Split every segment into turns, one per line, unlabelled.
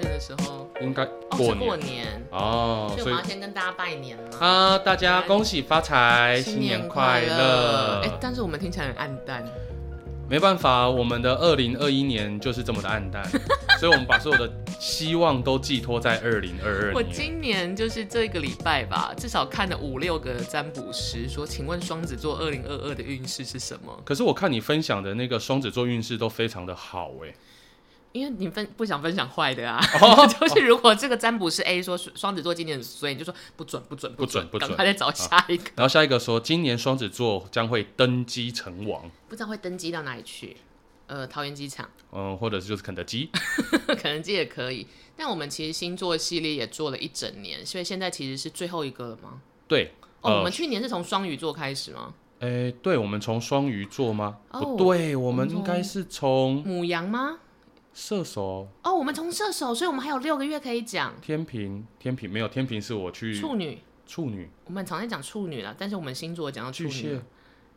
的时候，
应该
哦，
过
是
年
过年，
哦，
所以我
所
们
以
要先跟大家拜年嘛。
啊，大家恭喜发财，新年快乐！
哎、但是我们听起来很暗淡，
没办法，我们的二零二一年就是这么的 暗淡，所以我们把所有的希望都寄托在二零二
我
二年。
今年就是这个礼拜吧，至少看了五六个占卜师说，请问双子座二零二二的运势是什么？
可是我看你分享的那个双子座运势都非常的好哎、
因为你分不想分享坏 的啊，就是如果这个占卜师 A 说双子座今年很衰，你就说不准不准
不准不准
赶快再找下一个，
然后下一个说，今年双子座将会登基成王，
不知道会登机到哪里去。呃，桃园机场
嗯，或者是就是肯德 基，
可能这也可以，但我们其实星座系列也做了一整年，所以现在其实是最后一个了吗？
对，
哦，我
呃
们，去年是从双鱼座开始吗？
哎、对，我们从双鱼座吗？
哦
不对，我
我们
们应该是从
母羊吗？
射手、
哦，我们从射手，所以我们还有六个月可以讲
天平、天平没有，天平是我去
处女。
处女、
我们常在讲处女了，但是我们星座讲到处
巨
女
蟹
了，，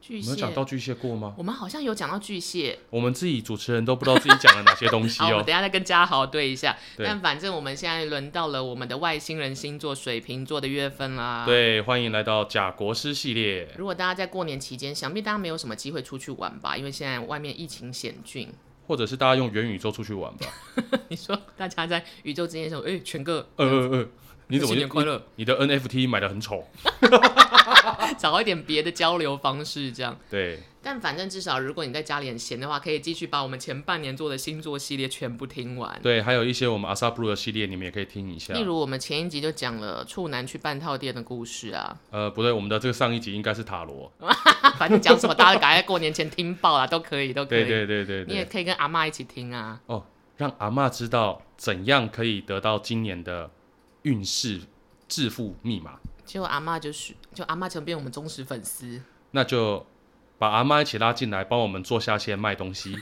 巨
没
蟹，
有讲到巨蟹过吗？
我们好像有讲到巨蟹。
我们自己主持人都不知道自己讲了哪些东西
好，我们
哦。
等一下再跟嘉豪对一下。
对
但反正我们现在轮到了我们的外星人星座水瓶座的月份啦。。
对，欢迎来到假国师系列。
如果大家在过年期间，想必大家没有什么机会出去玩吧，因为现在外面疫情险峻。
或者是大家用元宇宙出去玩 吧。
你说大家在宇宙之间的时候，哎、全哥，
呃呃呃，你怎么
新年快乐？
你的 NFT 买的很丑。
找一点别的交流方式这样。
对，
但反正至少，如果你在家里很闲的话，可以继续把我们前半年做的星座系列全部听完。
对，还有一些我们阿萨布鲁的系列，你们也可以听一下
例。如，我们前一集就讲了处男去半套店的故事啊，
呃，不对，我们的这个上一集应该是塔罗。
哦反正讲什么大家赶快过年前听爆啦，都可以，都可以。
对对对对
你也
对。
可以跟阿妈一起听啊。
哦，让阿嬷知道怎样可以得到今年的运势致富密码，
结果阿妈就是，就阿妈成变我们忠实粉丝，
那就把阿嬷一起拉进来，帮我们做下线卖东 西。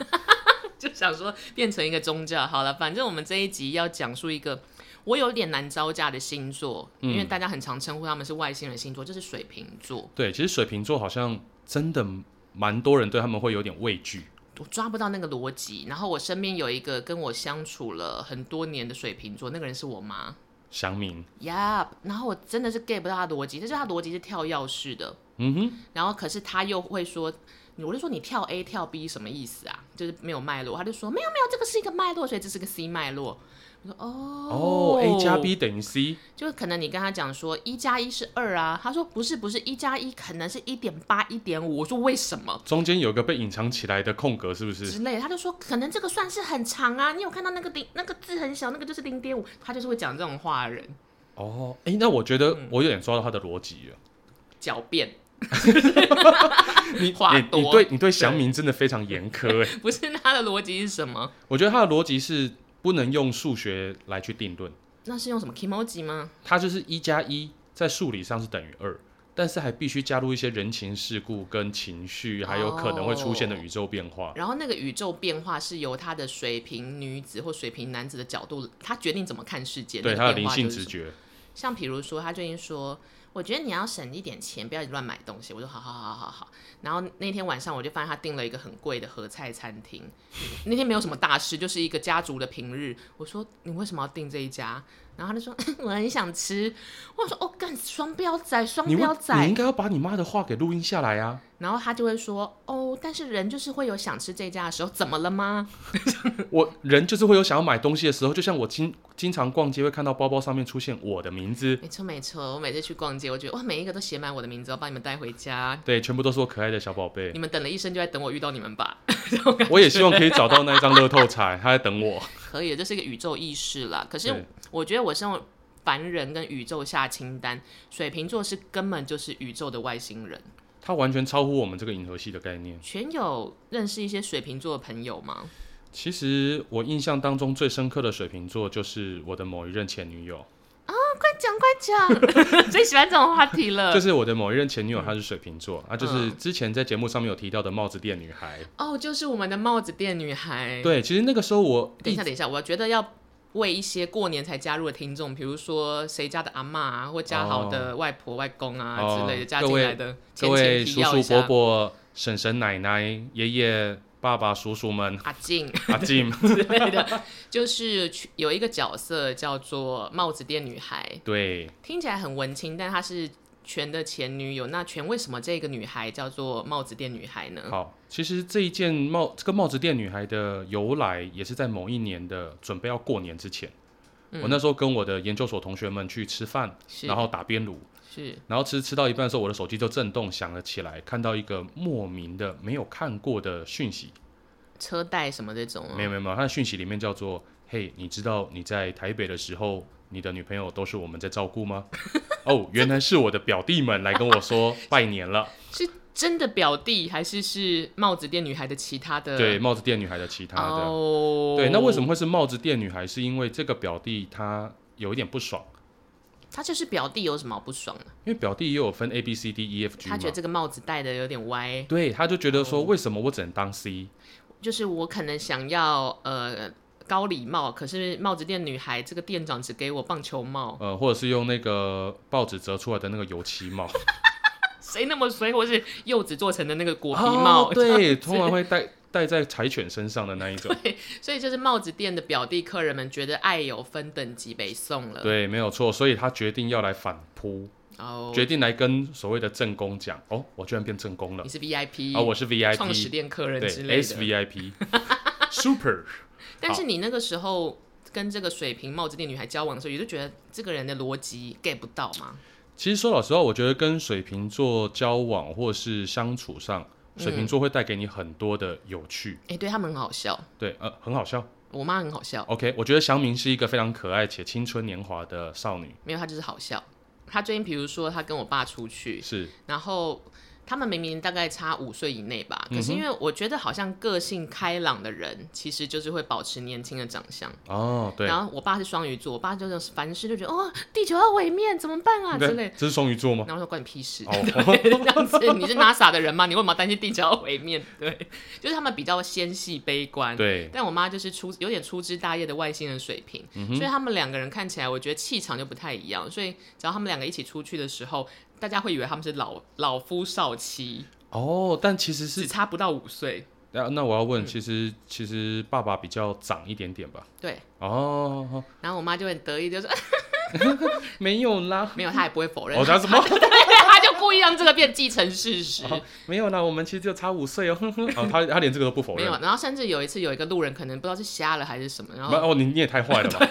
就想说变成一个宗教。好了，反正我们这一集要讲述一个我有点难招架的星座，因为大家很常称呼他们是外星人星座，就是水瓶座。
对，其实水瓶座好像真的蛮多人对他们会有点畏惧。
我抓不到那个逻辑。然后我身边有一个跟我相处了很多年的水瓶座，那个人是我妈。
祥明，
Yup，然后我真的是 get 不到他的逻辑，但是他的逻辑是跳钥匙的，
嗯哼，
然后可是他又会说，我就说你跳 A 跳 B 什么意思啊？就是没有脉络，他就说没有没有，这个是一个脉络，所以这是个 C 脉络。我说哦
哦，A 加 B 等于 C，
就可能你跟他讲说一加一是二啊，他说不是不是，一加一可能是一点八一点五，我说为什么？
中间有个被隐藏起来的空格，是不是？
之类的，他就说可能这个算是很长啊，你有看到那个零那个字很小，那个就是零点五，他就是会讲这种话的人
哦，哎、那我觉得我有点抓到他的逻辑了。
狡辩，
你
话
你你
多
对你对祥明真的非常严苛 哎、
不是他的逻辑是什么？
我觉得他的逻辑是不能用数学来去定论，
那是用什么 emoji 吗？
它就是一加一在数理上是等于二。但是还必须加入一些人情世故跟情绪，还有可能会出现的宇宙变化。
然后那个宇宙变化是由他的水瓶女子或水瓶男子的角度，他决定怎么看世界。
对
那
他
个
的
变
灵
化
性
就是
直觉，
像比如说，他最近说，我觉得你要省一点钱，不要一直乱买东西。我说好好好好好。然后那天晚上我就发现他订了一个很贵的合菜餐厅， 那天没有什么大事，就是一个家族的平日。我说你为什么要订这一家？然后他就说 我很想吃。我说哦，干双标仔，双
你
标
问你
仔
应。该要把你妈的话给录音下来啊！
然后他就会说哦，但是人就是会有想吃这家的时候，怎么了吗？
我人就是会有想要买东西的时候，就像我经经常逛街会看到包包上面出现我的名字，
没错没错，我每次去逛街，我觉得哇，每一个都写满我的名字，我帮你们带回家。
对，全部都是我可爱的小宝贝
你。们等了一生，就在等我遇到你们吧。
我也希望可以找到那一张乐透彩，他在等我。
可以的，这是一个宇宙意识啦。可是
对
我觉得我是用凡人跟宇宙下清单，水瓶座是根本就是宇宙的外星人。
他完全超乎我们这个银河系的概念。
全有认识一些水瓶座的朋友吗？
其实我印象当中最深刻的水瓶座就是我的某一任前女友，
快讲快讲， 最喜欢这种话题了。
就是我的某一任前女
嗯
友，她是水瓶座，啊，就是之前在节目上面有提到的帽子店女孩。
哦，就是我们的帽子店女孩。
对，其实那个时候我
哎等一
一
下，等一下，我觉得要为一些过年才加入的听众，比如说谁家的阿嬷啊，或家豪的外婆、外公啊、
哦
之类的加
各
进
位
来的，
各
前
位
情提
叔
要一
叔
下
伯伯、婶婶奶奶、爷爷。爸爸、叔 叔们、
阿静
阿静，
之类的， 就是去有一个角色叫做帽子店女孩，
对，
听起来很文青，但她是全的前女友。那全为什么这个女孩叫做帽子店女孩呢？
好，其实这一件帽，这个帽子店女孩的由来，也是在某一年的准备要过年之前，我那时候跟我的研究所同学们去吃饭，
嗯是
然后打边炉，
是
然后吃吃到一半的时候，我的手机就震动响了起来，看到一个莫名的没有看过的讯息，
车贷什么这种、
没
啊，
有没有没有，它的讯息里面叫做“嘿，你知道你在台北的时候，你的女朋友都是我们在照顾吗？” 哦，原来是我的表弟们来跟我 说拜年了。
是真的表弟还是是帽子店女孩的其他的？
对，，帽子店女孩的其他的，
哦，
对，那为什么会是帽子店女孩？是因为这个表弟他有一点不爽，
他就是表弟有什么好不爽的、
因为表弟也有分 A B C D E F G
他
嘛
觉得，这个哦帽子戴的有点歪，
对，他就觉得说为什么我只能当 C？
就是我可能想要呃高礼帽，可是帽子店女孩这个店长只给我棒球帽，
呃，或者是用那个报纸折出来的那个油 漆帽。
谁那么随？或是柚子做成的那个果皮帽，
哦、对，通常会戴戴在柴犬身上的那一种。
所以就是帽子店的表弟客人们觉得爱有分等级被送了，
对，没有错，所以他决定要来反扑，
哦，
决定来跟所谓的正宫讲，哦，我居然变正宫了
你，是 VIP，
啊，我是
创始
VIP，
店客人
对
之类
，S
的，
VIP 。Super，
但是你那个时候。跟这个水瓶帽子店女孩交往的时候，也就觉得这个人的逻辑 get 不到嘛。
其实说老实话，我觉得跟水瓶座交往或是相处上，水
嗯
瓶座会带给你很多的有趣，
哎、对他们很好笑，
对，呃，很好笑。
我妈很好笑，
OK，我觉得祥明是一个非常可爱且青春年华的少女，
没有，他就是好笑。他最近，比如说，他跟我爸出去，
是
然后他们明明大概差五岁以内吧，可是
嗯哼
因为我觉得好像个性开朗的人，其实就是会保持年轻的长相。
哦，对，
然后我爸是双鱼座，我爸就是凡事就觉得哦，地球要毁灭怎么办啊之类
对
的。
这是双鱼座吗？
然后我说关你屁事，
嗯哦
对这样子你是 NASA 的人吗？你为什么要担心地球要毁灭？对，就是他们比较纤细悲观。
对，
但我妈就是粗有点粗枝大叶的外星人水平，
嗯
所以他们两个人看起来，我觉得气场就不太一样。所以只要他们两个一起出去的时候，大家会以为他们是老老夫少妻，
哦，但其实是
只差不到五岁。
啊那那我要问，其实其实爸爸比较长一点点吧？
对，
哦，
然后我妈就很得意，就说、
没有啦，
没有，她也不会否认，
我哦讲什 么？
她就故意让这个变既成事实。
哦 没有啦，我们其实就差五岁哦。 哦，他他连这个都不 否
没
认
有，，啊然后甚至有一次有一个路人可能不知道是瞎了还是什么，然
不
后
哦，你你也太坏了 吧？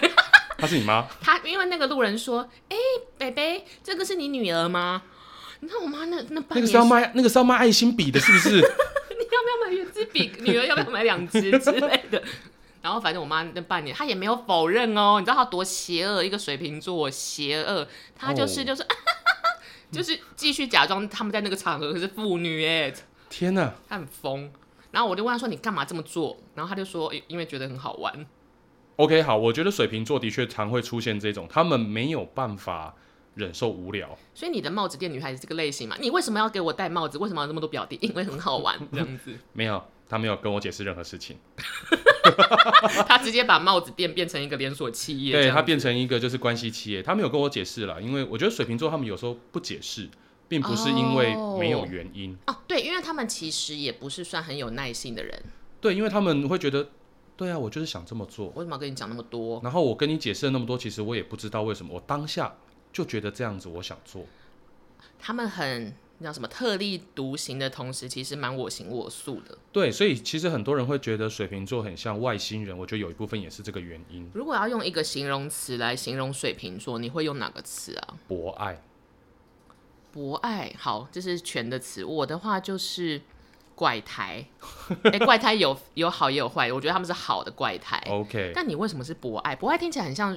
他是你妈？
他因为那个路人说：“哎、北北，这个是你女儿吗？”你知道我妈那那半
那
年
个是要卖那个是要卖爱心笔的，是不是？
要不要买圆珠笔？女儿要不要买两支之类的？ 然后反正我妈那半年，她也没有否认哦。你知道她多邪恶，一个水瓶座邪恶，她就是
哦
就是、 就是继续假装他们在那个场合是妇女哎，
天哪！
她很疯。然后我就问她说：“你干嘛这么做？”然后她就说：“因因为觉得很好玩。
OK，好，我觉得水瓶座的确常会出现这种，他们没有办法忍受无聊。”
所以你的帽子店女孩是这个类型嘛？你为什么要给我戴帽子？为什么要这么多表弟？因为很好玩，这样子。
没有，他没有跟我解释任何事情。
她直接把帽子店变成一个连锁企业，这
对，
样
他
子
变成一个就是关系企业，他没有跟我解释了，因为我觉得水瓶座他们有时候不解释，并不是因为没有原因，
哦，对，因为他们其实也不是算很有耐性的人。
对，因为他们会觉得，对啊，我就是想这么做，
为什么要跟你讲那么多？
然后我跟你解释了那么多，其实我也不知道为什么，我当下就觉得这样子我想做，
他们很那叫什么特立独行的同时，其实蛮我行我素的。
对，所以其实很多人会觉得水瓶座很像外星人，我觉得有一部分也是这个原因，
如果要用一个形容词来形容水瓶座，你会用哪个词啊？
博爱，
博爱，好，这是全的词。我的话就是怪胎。哎、怪胎有有好也有坏，我觉得他们是好的怪胎。
OK，
但你为什么是博爱？博爱听起来很像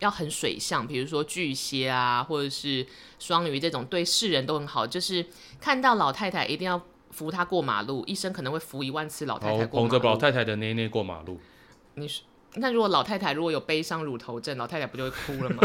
要很水象，比如说巨蟹啊，或者是双鱼这种对世人都很好，就是看到老太太一定要扶她过马路，一生可能会扶一万次哦老
然
太
后
太过
捧
马
着老
路。
太太的内内过马路，
你是那如果老太太如果有悲伤乳头症，老太太不就会哭了吗？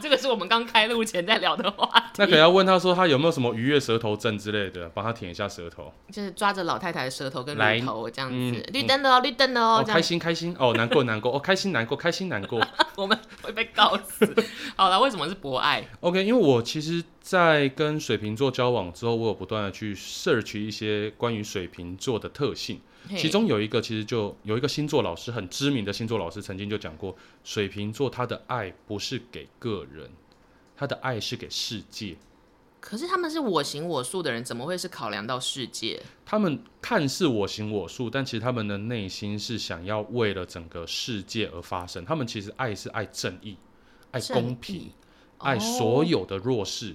这个是我们刚开录前在聊的话
那可
题，
能要问他说他有没有什么愉悦舌头症之类的，帮他舔一下舌头，
就是抓着老太太的舌头跟
来
乳头这样子
嗯，
绿灯的哦，绿灯的哦，这
开
样
心开心哦，难过难过哦，开心难过开心难过，
我们会被告死。好了，为什么是博爱？
OK，因为我其实，在跟水瓶座交往之后，我有不断的去 search 一些关于水瓶座的特性，
嘿
其中有一个其实就有一个星座老师，很知名的星座老师曾经就讲过，水瓶座他的爱不是给个人，他的爱是给世界。
可是他们是我行我素的人，怎么会是考量到世界？
他们看似我行我素，但其实他们的内心是想要为了整个世界而发生。他们其实爱是爱正义、爱
正义
公平、
哦
爱所有的弱势，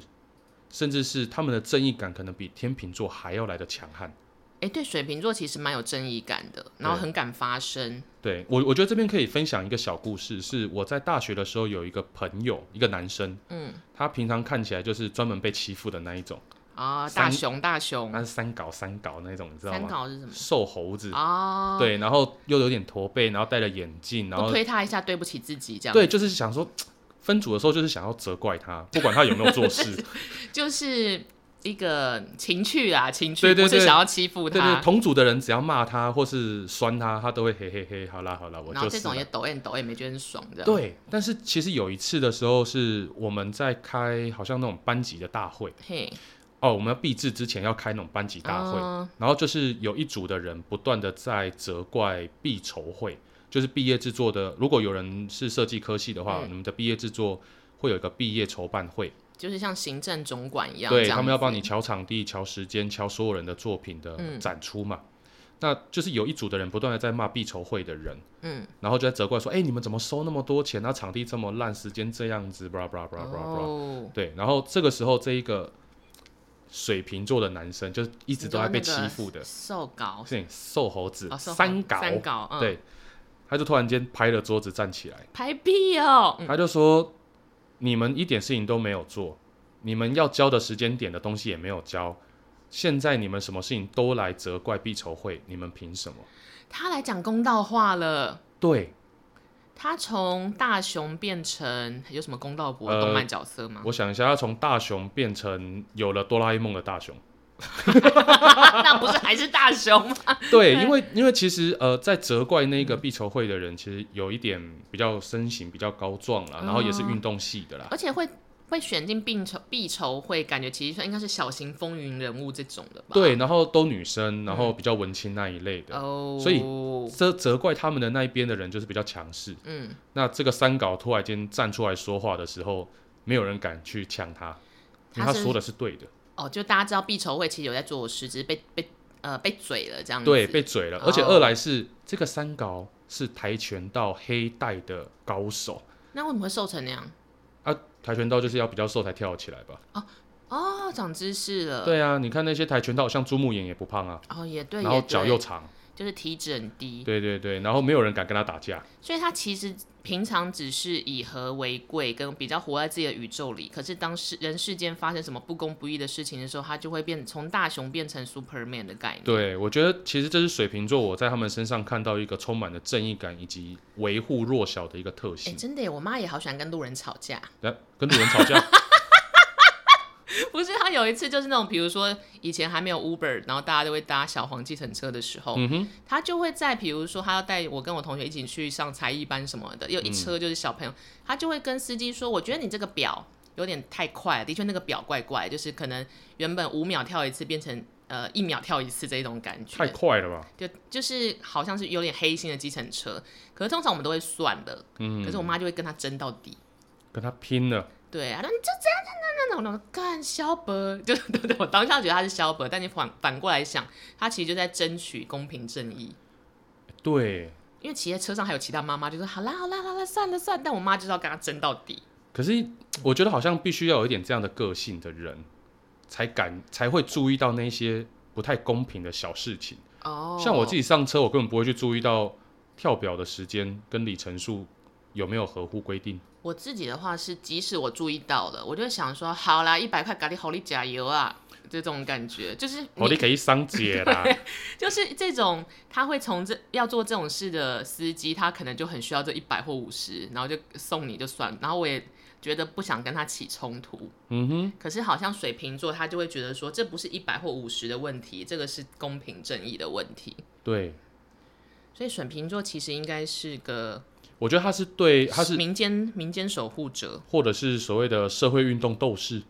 甚至是他们的正义感可能比天秤座还要来的强悍。
哎、对，水瓶座其实蛮有正义感的，然后
对
很敢发声。
对我，我觉得这边可以分享一个小故事，是我在大学的时候有一个朋友，一个男生，
嗯
他平常看起来就是专门被欺负的那一种，
啊，
三
大熊大熊，
他是三搞三搞那一种，你知道
三
吗？
搞是什么？
瘦猴子，
哦，，
对，然后又有点驼背，然后戴了眼镜，然后
不推他一下，对不起自己，这样
对，，就是想说分组的时候就是想要责怪他， 不管他有没有做 事，
就是一个情趣啊，情趣，
对对
不是
对
想要欺负
对
他，
对，同组的人只要骂他或是酸他，他都会嘿嘿嘿，好啦好啦，我
然后
就
这
是
种
啦。
也抖 M 抖 M 没觉得很爽的，，
对，但是其实有一次的时候是我们在开好像那种班级的大会
嘿，
哦，我们要毕制之前要开那种班级大会，
嗯
然后就是有一组的人不断的在责怪毕筹会，就是毕业制作的，如果有人是设计科系的话，
嗯
你们的毕业制作会有一个毕业筹办会。
就是像行政总管一样，
对
这样
他们要帮
子
你瞧场地、瞧时间、瞧所有人的作品的
嗯
展出嘛。那就是有一组的人不断的在骂必筹会的人，
嗯，
然后就在责怪说：“哎、你们怎么收那么多钱？那场地这么烂，时间这样子，blah blah blah blah blah。
哦，
对，然后这个时候这一个水瓶座的男生就一
一
直都在被欺负的，
受搞，
是瘦猴子、
哦，受
三
搞，
搞，
三搞，嗯，
对，他就突然间拍了桌子站起来。
拍屁哦，嗯
他就说：“你们一点事情都没有做，你们要交的时间点的东西也没有交，现在你们什么事情都来责怪必筹会，你们凭什么
他来讲公道话了。？”
对，
他从大熊变成有什么公道博
呃
动漫角色吗？
我想一下，他从大雄变成有了哆啦 A 梦的大雄。
那不是还是大熊 吗？
对，因为因为其实呃，在责怪那个必筹会的人，其实有一点比较身形比较高壮啦，然后也是运动系的啦。
而且会会选进并筹必筹会，感觉其实应该是小型风云人物这种的吧？
对，然后都女生，然后比较文青那一类的，
哦哦，
所以责责怪他们的那一边的人就是比较强势。
嗯，
那这个三稿突然间站出来说话的时候，没有人敢去呛他，因为
他
他
是
说的是对的，
哦，就大家知道必筹会其实有在做事，只是被被呃被嘴了这样子。
对，被嘴了。
哦
而且二来是这个三稿是跆拳道黑带的高手
那为什么会瘦成那样？
啊，跆拳道就是要比较瘦才跳得起来吧？
哦，长知识了。，
对啊，你看那些跆拳道，像朱木炎也不胖啊，
哦也对，
然后
也对
脚又长，
就是体脂很低，
对对对，然后没有人敢跟他打架，
所以他其实平常只是以和为贵，跟比较活在自己的宇宙里。可是当世人世间发生什么不公不义的事情的时候，他就会变从大熊变成 Superman 的概念。
对，我觉得其实这是水瓶座，我在他们身上看到一个充满了正义感以及维护弱小的一个特
哎、
性。
真的耶，我妈也好喜欢跟路人吵架。
来、跟路人吵架，
不是，她有一次就是那种，比如说以前还没有 Uber，然后大家都会搭小黄计程车的时候，
嗯哼，
她就会在，比如说她要带我跟我同学一起去上才艺班什么的，有一车就是小朋友，她就会跟司机说：“我觉得你这个表有点太快了，的确那个表怪怪，就是可能原本五秒跳一次变成呃一秒跳一次这一种感觉。”
太快了吧？
就就是好像是有点黑心的计程车，可是通常我们都会算的，可是我妈就会跟他争到底，
跟他拼了。
对啊，然后你就这样那那那那干萧伯，就是对对，我当下觉得他是萧伯，但你反反过来想，他其实就在争取公平正义。
对，
因为骑在车上还有其他妈妈就说好啦好啦好啦算了算了，但我妈就是要跟他争到底。
可是我觉得好像必须要有一点这样的个性的人，才敢才会注意到那些不太公平的小事情。
哦
像我自
己
己上车，我根本不会去注意到跳表的时间跟里程数有没有合乎规定。
我自己的话是，即使我注意到了，我就会想说好啦，一百块咖喱好力加油啊，这种感觉就是你
哦，你可以上街啦。
就是这种，他会从这要做这种事的司机，他可能就很需要这一百或五十，然后就送你就算了。然后我也觉得不想跟他起冲突，
嗯哼，
可是好像水瓶座他就会觉得说，这不是一百或五十的问题，这个是公平正义的问题。
对，
所以水瓶座其实应该是个
我觉得他是对，他是
民间民间守护者
或者是所谓的社会运动斗士，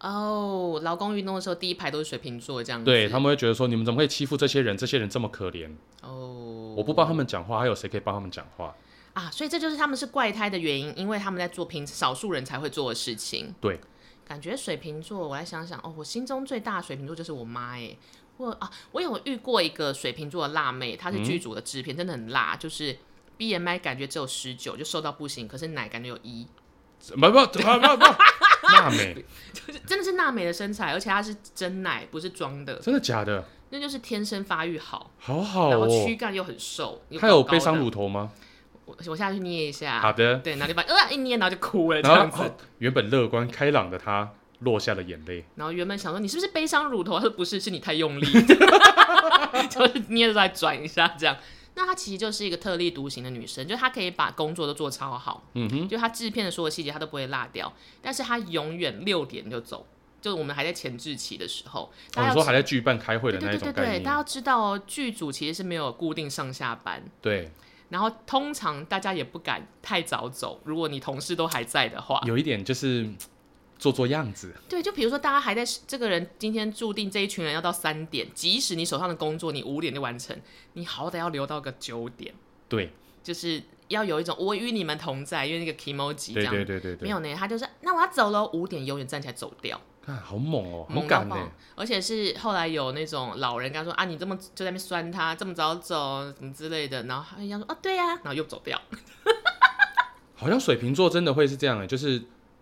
哦，劳工运动的时候第一排都嗯是水瓶座这样子，
对他们会觉得说你们怎么可以欺负这些人？这些人这么可怜，
哦，
我不帮他们讲话，还有谁可以帮他们讲话？
啊，所以这就是他们是怪胎的原因，因为他们在做平少数人才会做的事情。
对，
感觉水瓶座，我来想想哦，我心中最大的水瓶座就是我妈哎，我啊，我有遇过一个水瓶座的辣妹，她
嗯
是剧组的制片，真的很辣，就是 BMI 感觉只有十九就瘦到不行，可是奶感觉有一，
不不不不不，娜美，
就是真的是娜美的身材，而且她是真奶，不是装的，
真的假的？
那就是天生发育好，
好好
然后
哦，
躯干又很瘦，又
他
高
有
高
悲伤
的啊
乳头吗？
我我下去捏一下，
好的，
对，然后就把呃一捏，然后就哭了这
然
样
后、
子。
哦原本乐观开朗的他落下了眼泪，
然后原本想说你是不是悲伤乳头，他说不是，是你太用 力，就是捏着来转一下这样。那她其实就是一个特立独行的女生，就她可以把工作都做超好，
嗯哼，
就她制片的所有细节她都不会落掉，但是她永远六点就走，就是我们还在前置期的时候，大家
哦、你
要
说还在剧办开会
对
的
对
那一
对对
种概
对，大家
念，
要知道哦，剧组其实是没有固定上下班，
对，
然后通常大家也不敢太早走，如果你同事都还在的话，
有一点就是嗯做做样子，
对，就比如说大家还在这个人今天注定这一群人要到三点，即使你手上的工作你五点就完成，你好歹要留到个九点，
对，
就是要有一种我与你们同在，因为那个 emoji 这
对
样。
对对对
没
对，
有呢，他就是那我要走了，五点永远站起来走掉，
看好猛哦，好
猛到
敢
爆
呢，！
而且是后来有那种老人跟他说啊，你这么就在那边酸他，这么早走什么之类的，然后他就想说哦，对呀、然后又走掉。
好像水瓶座真的会是这样的，欸就是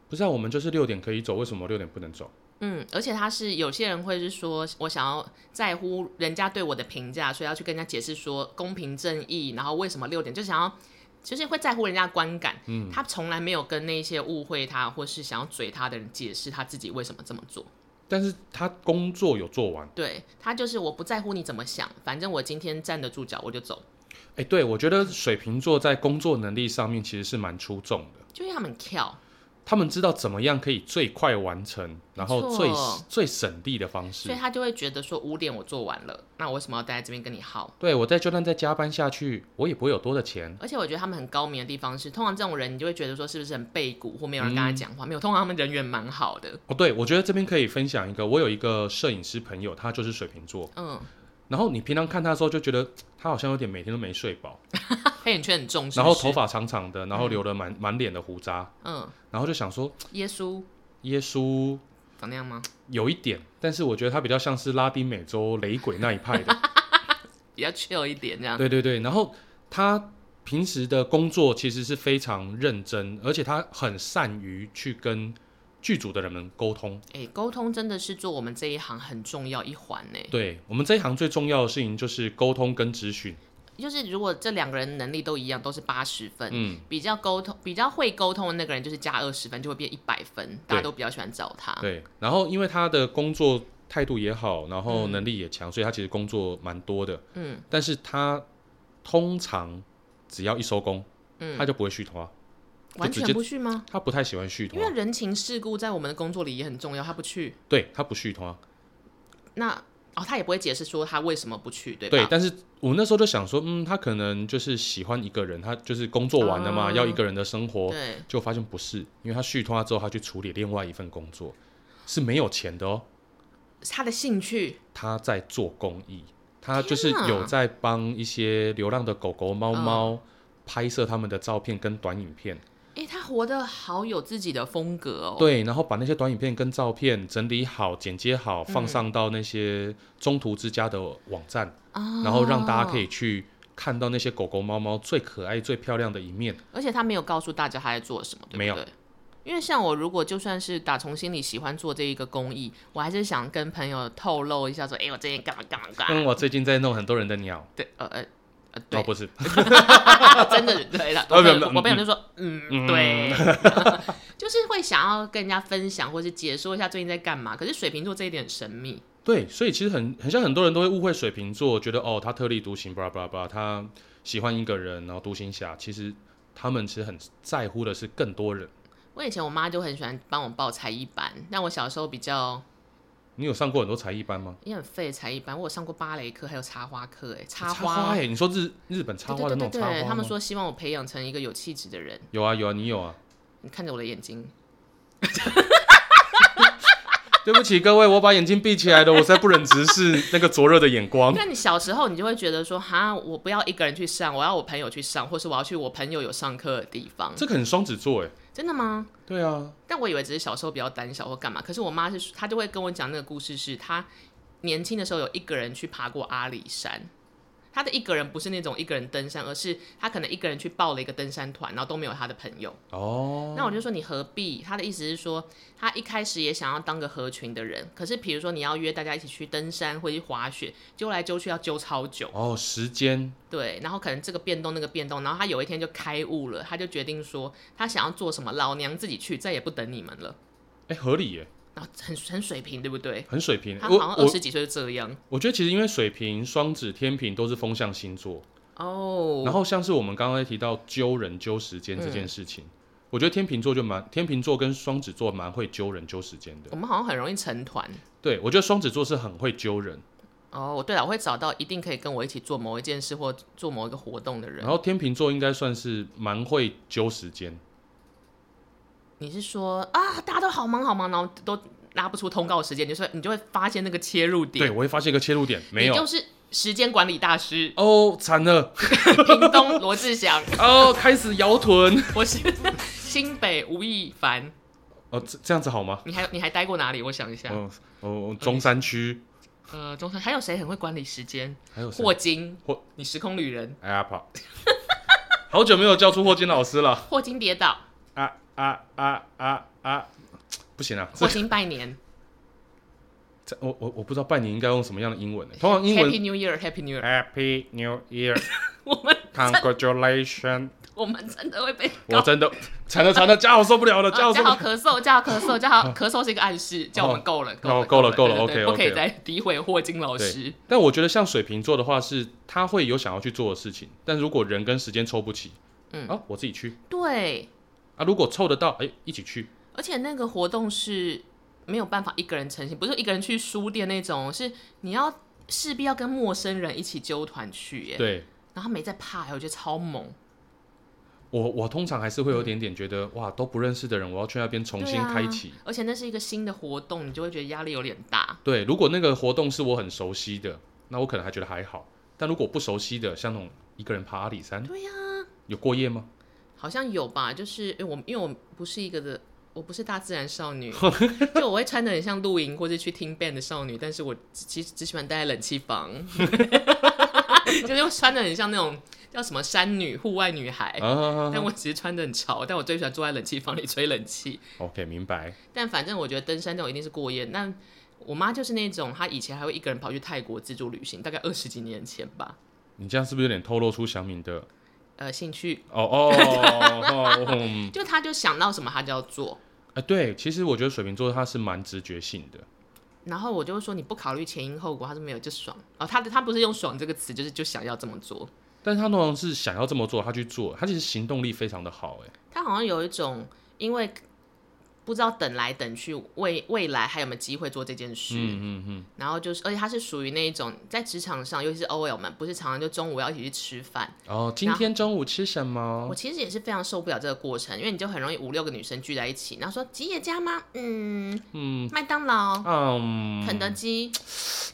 不知道我们就是六点可以走，为什么六点不能走？
嗯，而且他是有些人会是说，我想要在乎人家对我的评价，所以要去跟人家解释说公平正义，然后为什么六点就想要，就是会在乎人家的观感。嗯，他从来没有跟那些误会他或是想要嘴他的人解释他自己为什么这么做。
但是他工作有做完，
对他就是我不在乎你怎么想，反正我今天站得住脚我就走，
哎，对我觉得水瓶座在工作能力上面其实是蛮出众的。
就因为他们很跳。
他们知道怎么样可以最快完成，然后最
没错
最省力的方
所
式
以。他就会觉得说五点我做完了，那我为什么要待在这边跟你耗？
对我在就算再加班下去，我也不会有多的钱。
而且我觉得他们很高明的地方是，通常这种人你就会觉得说是不是很背骨或没有人跟他讲话，没有，通常他们人缘蛮好的。
哦，对，我觉得这边可以分享一个，我有一个摄影师朋友，他就是水瓶座。
嗯，
然后你平常看他的时候，就觉得嘖他好像有点每天都没睡饱，
黑眼圈很重，是
然
不
后
是
头，发长长的，然后留了满满脸的胡渣，
嗯，
然后就想说，嘖
耶稣
耶稣
长那样吗？
有一点，但是我觉得他比较像是拉丁美洲雷鬼那一派的。
比较 chill 一点这样，
对对对，然后他平时的工作其实是非常认真，而且他很善于去跟剧组的人们沟通。
哎、沟通真的是做我们这一行很重要一环呢、
对我们这一行最重要的事情就是沟通跟咨询。
就是如果这两个人能力都一样，都是八十分，
嗯，
比较沟通、比较会沟通的那个人就是加二十分，就会变一百分，大家都比较喜欢找他。
对。然后因为他的工作态度也好，然后能力也强，所以他其实工作蛮多的。
嗯，
但是他通常只要一收工，
嗯
他就不会续拖，
完
就
全
直接
不去吗？
他不太喜欢续啊
因
拖
为，人情世故在我们的工作里也很重要，他不去，
对他不续啊拖。
那哦，他也不会解释说他为什么不去，对吧？
对，但是我那时候就想说，嗯，他可能就是喜欢一个人，他就是工作完了嘛，
啊
要一个人的生活，
对
就发现不是，因为他续托他之后，他去处理另外一份工作，是没有钱的哦，
他的兴趣，
他在做公益，他就是
天哪嗯
有在帮一些流浪的狗狗、猫猫拍摄他们的照片跟短影片，
哎、他活得好有自己的风格哦。
对，然后把那些短影片跟照片整理好、剪接好，
嗯
放上到那些中途之家的网站，
啊，
然后让大家可以去看到那些狗狗、猫猫最可爱、最漂亮的一面。
而且他没有告诉大家他在做什么，对不
没有
对？因为像我，如果就算是打从心里喜欢做这一个公益，我还是想跟朋友透露一下，说，哎、我最近干嘛干嘛干嘛。
嗯，我最近在弄很多人的鸟。
对，呃呃呃，
哦，
对，啊
不是，
真的对 了。
呃
我
没有
朋友
没有
我朋友就说，嗯，对， 就是会想要跟人家分享，或是解说一下最近在干嘛。可是水瓶座这一点很神秘，
对，所以其实很很像很多人都会误会水瓶座，觉得哦他特立独行，巴拉巴拉巴拉，他喜欢一个人，然后独行侠。其实他们其实很在乎的是更多人。
我以前我妈就很喜欢帮我报才艺班，但我小时候比较
你有上过很多才艺班吗？
也很废的才艺班，我有上过芭蕾课，还有插花课，哎，
插
花，
哎、你说日日本插
对
花的
对
那
对
种插花
对，他们
吗
说希望我培养成一个有气质的人。
有啊有啊，你有啊。
你看着我的眼睛，
对不起各位，我把眼睛闭起来了，我实在不忍直视那个灼热的 眼光。
那你小时候你就会觉得说，哈，我不要一个人去上，我要我朋友去上，或是我要去我朋友有上课的地方。
这个很双子座哎，
真的吗？
对啊，
但我以为只是小时候比较胆小或干嘛，可是我妈是她就会跟我讲那个故事是，她年轻的时候有一个人去爬过阿里山。她的一个人不是那种一个人登山，而是她可能一个人去报了一个登山团，然后都没有她的朋友。
哦，
那我就说你何必？她的意思是说，她一开始也想要当个合群的人，可是比如说你要约大家一起去登山或者去滑雪，揪来揪去要揪超久，
哦，时间
对，然后可能这个变动那个变动，然后她有一天就开悟了，她就决定说，她想要做什么，老娘自己去，再也不等你们了。
哎合理耶，
然后很很水平，对不对？
很水平。
他
嗯我
好像二
我
十几岁就这样
我觉得其实因为水瓶、双子、天平都是风象星座，
哦。
然后像是我们刚刚提到揪人、揪时间这件事情，我觉得天秤座就蛮天秤座跟双子座蛮会揪人、揪时间的
我。们好像很容易成团
对，我觉得双子座是很会揪人，
哦。对了，我会找到一定可以跟我一起做某一件事或做某一个活动的人
然。后天秤座应该算是蛮会揪时间。
你是说啊，大家都好忙好忙，然后都拉不出通告时间，你就说你就会发现那个切入
对，
点，
我会发现一个切入点，没
你就
有，
是时间管理大师
哦，惨了，
屏东罗志祥，
哦，开始摇臀，
我是新北吴亦凡。
哦，这这样子好吗？
你还你还待过哪里？我想一下，
哦哦，中山区
呃，中山还有谁很会管理时间？
还有谁
霍金，
霍
你时空旅人，
哎呀跑， 好久没有叫出霍金老师了，
霍金跌倒，
啊啊啊啊啊，不行啊，
霍金拜年。
这我我我不知道拜年应该用什么样的 英文呢？通常英
Happy
文哎
New Year，Happy New Year。
Happy New
我们
Year，Congratulation，
我们真的会被
我
告。
真的惨了惨了，嘉豪受不了了，
啊
嘉豪受
叫
不
好
了，
咳嗽，叫好咳嗽，叫好咳嗽是一个暗示，叫我们够了，
哦
了，够
够了够了
对对对
OK，OK
不可以再诋毁霍金老师
对。，但我觉得像水瓶座的话是，他会有想要去做的事情，但如果人跟时间凑不齐，
嗯
啊，我自己去
对，
啊，如果凑得到，哎、一起去，
而且那个活动是没有办法一个人成行，不是一个人去书店那种，是你要势必要跟陌生人一起纠团去耶。
对。
然后他没在怕，哎我觉得超猛。
我我通常还是会有点点觉得、哇，都不认识的人，我要去那边重新
嗯对啊
开启。
而且那是一个新的活动，你就会觉得压力有点大。
对，如果那个活动是我很熟悉的，那我可能还觉得还好。但如果不熟悉的，像那种一个人爬阿里山，
对呀、
有过夜吗？
好像有吧，就是因为我因为我不是一个的，我不是大自然少女， 就我会穿的很像露营或者去听 band 的少女，但是我其实只喜欢待在冷气房， 就是穿的很像那种叫什么山女、户外女孩。
啊
但我其实穿的很潮，但我最喜欢坐在冷气房里吹冷气。
，OK，明白。
但反正我觉得登山这种一定是过夜。那我妈就是那种，她以前还会一个人跑去泰国自助旅行，大概二十几年前吧。
你这样是不是有点透露出小敏的？
呃，兴趣
哦哦哦，嗯
就她就想到什么她就要做，
啊，对，其实我觉得水瓶座他是蛮直觉性的，
然后我就会说你不考虑前因后果，他说没有就爽哦，他他不是用爽这个词，就是就想要这么做。
但是他通常是想要这么做，他去做，他其实行动力非常的好，哎，
他好像有一种因为不知道等来等去，未未来还有没有机会做这件事，
嗯嗯嗯，
然后就是而且他是属于那一种在职场上，尤其是 OL 们，不是常常就中午要一起去吃饭。
哦，今天中午吃什么
我？其实也是非常受不了这个过程，因为你就很容易五六个女生聚在一起，然后说吉野家吗？嗯，
嗯
麦当劳、
嗯，
肯德基。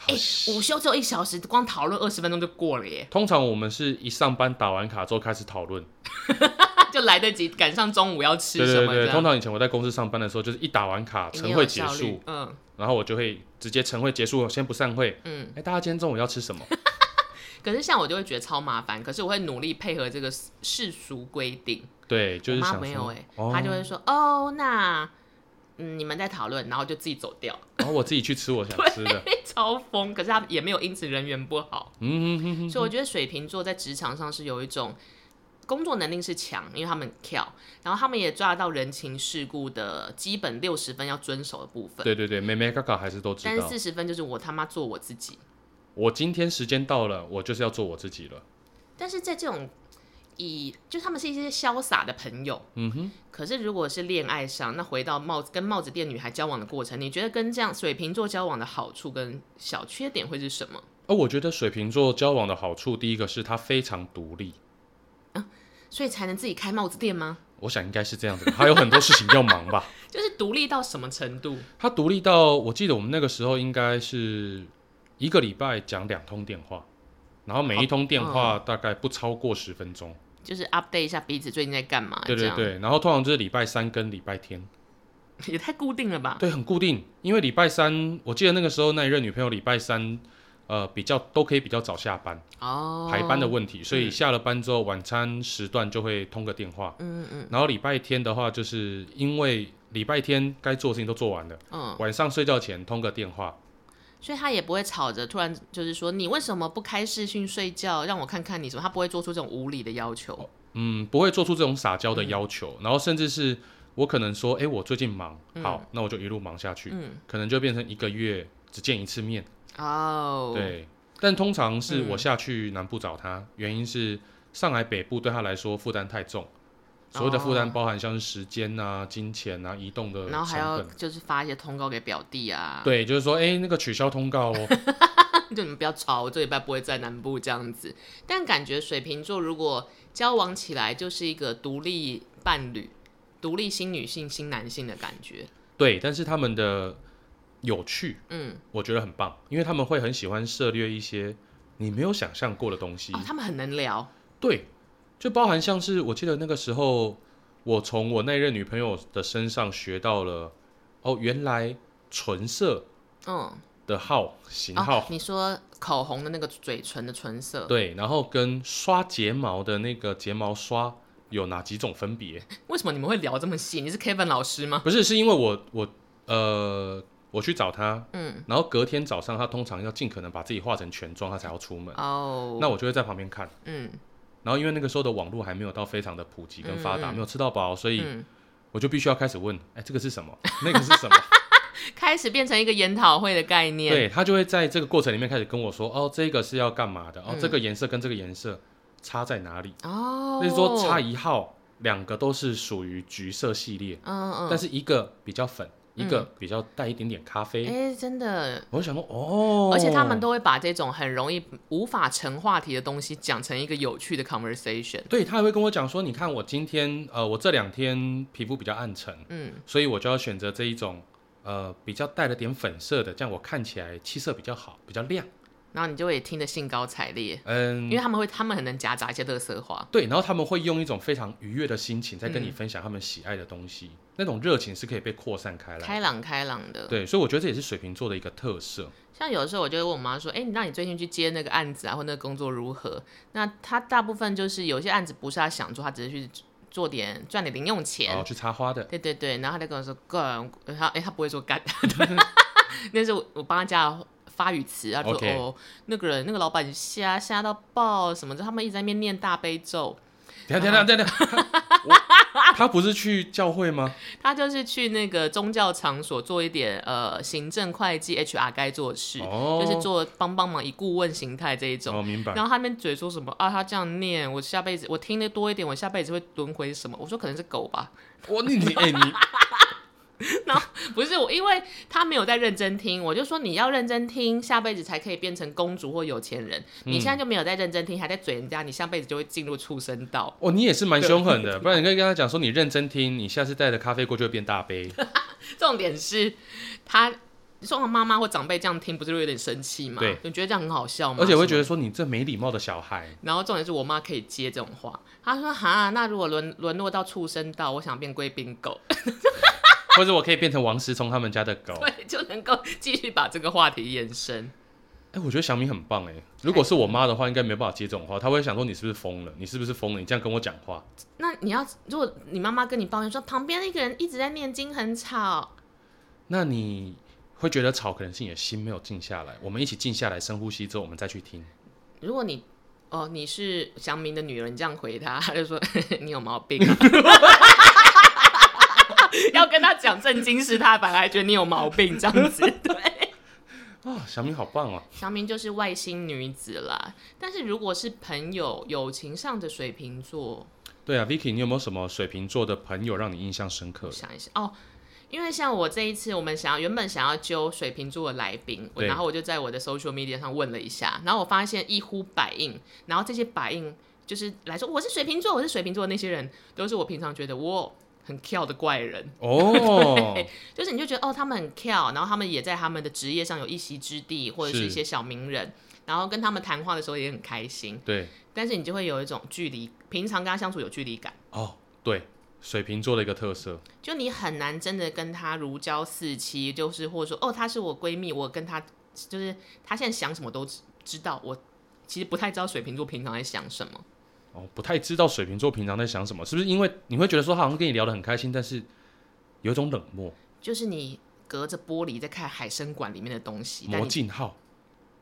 好
哎、午休只有一小时，光讨论二十分钟就过了耶，
通常我们是一上班打完卡之后开始讨论，
就来得及赶上中午要吃
对
什
对
么这
对。
样
通常以前我在公司上班的时候，就是一打完卡，
欸
晨会结束，，
嗯
然后我就会直接晨会结束，先不散会。
嗯。
哎，大家今天中午要吃 什么？
可是像我就会觉得超麻烦，可是我会努力配合这个世俗规定。
对，就是
我妈
想
没有
说
哎、欸，
哦
她就会说哦，那嗯你们在讨论，然后就自己走掉，
然后哦我自己去吃我想吃的。
超疯。可是她也没有因此人缘不好，
嗯哼哼哼，
所以我觉得水瓶座在职场上是有一种。工作能力是强，因为他们很跳，然后他们也抓得到人情世故的基本六十分要遵守的部分，
对对对，妹妹嘎嘎还是都知
但是
道。
四十分就是我他妈做我自己，
我今天时间到了，我就是要做我自己了。
但是在这种以就他们是一些潇洒的朋友，
嗯哼，
可是如果是恋爱上，那回到帽子跟帽子店女孩交往的过程，你觉得跟这样水瓶座交往的好处跟小缺点会是什么？
而哦我觉得水瓶座交往的好处，第一个是他非常独立，
所以才能自己开帽子店吗？
我想应该是这样子吧，他有很多事情要忙吧。
就是独立到什么程度？
他独立到，我记得我们那个时候应该是一个礼拜讲两通电话，然后每一通电
哦
话大概不超过十分钟。
就是 update 一下彼此最近在干嘛？
对对对，然后通常就是礼拜三跟礼拜天，
对，也太固定了吧？
对，很固定。因为礼拜三，我记得那个时候那一任女朋友礼拜三，呃，比较都可以比较早下班，
哦，
排班的问题，所以下了班之后晚餐时段就会通个电话。
嗯嗯
然后礼拜天的话，就是因为礼拜天该做的事情都做完了，
嗯，
晚上睡觉前通个电话，
所以他也不会吵着突然就是说你为什么不开视讯睡觉，让我看看你什么？他不会做出这种无理的要求。
嗯，不会做出这种撒娇的
嗯
要求，然后甚至是我可能说，哎、我最近忙，好，那我就一路忙下去，
嗯，
可能就变成一个月只见一次面，
哦，，嗯
对。但通常是我下去南部找他，原因是上海北部对他来说负担太重，所谓的负担
哦
包含像是时间啊、金钱啊、移动的
然后还要
成本。
就是发一些通告给表弟啊，
对，就是说，哎、那个取消通告哦，
就你们不要吵，我这礼拜不会在南部这样子。但感觉水瓶座如果交往起来，就是一个独立伴侣、独立新女性、新男性的感觉。
对，但是他们的有趣，
嗯，
我觉得很棒，因为他们会很喜欢涉猎一些你没有想象过的东西。
哦，他们很能聊，
对，就包含像是我记得那个时候，我从我那任女朋友的身上学到了，哦，原来唇色
嗯，
的号型号，
哦，你说口红的那个嘴唇的唇色，
对，然后跟刷睫毛的那个睫毛刷有哪几种分别？
为什么你们会聊这么细？你是 Kevin 老师吗？
不是，是因为我我呃。我去找他，
嗯，
然后隔天早上他通常要尽可能把自己化成全妆，他才要出门。
哦，
那我就会在旁边看。
嗯
然后因为那个时候的网络还没有到非常的普及跟发达，
嗯嗯
没有吃到饱，所以
嗯，
我就必须要开始问，哎，这个是什 么？那个是什么？
开始变成一个研讨会的概 念，
对他就会在这个过程里面开始跟我说，哦，这个是要干嘛的？哦，
嗯
这个颜色跟这个颜色差在哪里？
哦，
那、是说差，一号，两个都是属于橘色系列，
嗯嗯，
但是一个比较粉，一个比较带一点点咖啡。
哎、真的，
我就想说，哦，
而且他们都会把这种很容易无法成话题的东西讲成一个有趣的 conversation。
对他还会跟我讲说，你看我今天呃，我这两天皮肤比较暗沉，
嗯，
所以我就要选择这一种呃比较带了点粉色的，这样我看起来气色比较好，比较亮。
然后你就会听得兴高采烈，因为
嗯，
他们会，他们很能夹杂一些乐色话。
对，然后他们会用一种非常愉悦的心情在
嗯
跟你分享他们喜爱的东西，那种热情是可以被扩散开来。
开朗开朗的，
对，所以我觉得这也是水瓶座的一个特色。
像有的时候我就会问我妈说：“哎、你让你最近去接那个案子啊，或那个工作如何？”那她大部分就是有些案子不是她想做，她只是去做点赚点零用钱。
然后去插花的，
对对对，然后她就跟我说：“干， 她哎、她不会说 干，那是我我帮她加的发语词啊，她就说
OK
哦，那个人那个老板瞎瞎到爆什么的，他们一直在那边念大悲咒，
等一下等一下
啊
等一下，等一下 我他不是去教会吗？
他就是去那个宗教场所做一点呃行政会计 HR 该做的事，
哦
就是做帮帮忙以顾问形态这一种。
哦，明白。
然后他们嘴说什么啊？他这样念，我下辈子我听得多一点，我下辈子会轮回什么？我说可能是狗吧，
我你你哎、你
不是我，因为他没有在认真听，我就说你要认真听，下辈子才可以变成公主或有钱人。
嗯
你现在就没有在认真听，还在嘴人家，你下辈子就会进入畜生道。
哦你也是蛮凶狠 的，不然你可以跟他讲说你认真听，你下次带着咖啡过去会变大 杯。
重点是他。说我妈妈或长辈这样听，不是会有点生气吗？
对，
你觉得这样很好笑吗？
而且我会
什
觉
么
得说你这没礼貌的小孩，
然后重点是我妈可以接这种话，她说：“哈，那如果沦沦落到畜生道，我想变贵宾狗，
或者我可以变成王思聪他们家的狗。哎、
对，就能够继续把这个话题延伸。
我觉得小明很棒哎、如果是我妈的话，应该没办法接这种话，她会想说你是不是疯了？你是不是疯了？你这样跟我讲话，
那你要，如果你妈妈跟你抱怨说旁边那个人一直在念经很吵，
那你会觉得吵，可能是你的心没有静下来。我们一起静下来，深呼吸之后，我们再去听。
如果你哦你是祥明的女人，你这样回 她，她就说你有毛病、啊。 要跟她讲正经事，她反而还觉得你有毛病这样子。对，
啊，小明好棒啊！
小明就是外星女子啦。但是如果是朋友友情上的水瓶座，
对啊，Vicky，你有没有什么水瓶座的朋友让你印象深刻
我？想一下哦，因为像我这一次，我们想要原本想要揪水瓶座的来宾，我
对
然后我就在我的 social media 上问了一下，然后我发现一呼百应，然后这些百应就是来说我是水瓶座，我是水瓶座的那些人，都是我平常觉得我很跳的怪人，
哦，
就是你就觉得哦，他们很跳，然后他们也在他们的职业上有一席之地，或者是
是
一些小名人，然后跟他们谈话的时候也很开心，
对，
但是你就会有一种距离，平常跟他相处有距离感。
哦，对，水瓶座的一个特色，
就你很难真的跟她如胶似漆，就是或者说哦，她是我闺蜜，我跟她就是她现在想什么都知知道，我其实不太知道水瓶座平常在想什么。
哦，不太知道水瓶座平常在想什么，是不是？因为你会觉得说他好像跟你聊得很开心，但是有一种冷漠，
就是你隔着玻璃在看海参馆里面的东西，但
魔
你
镜号，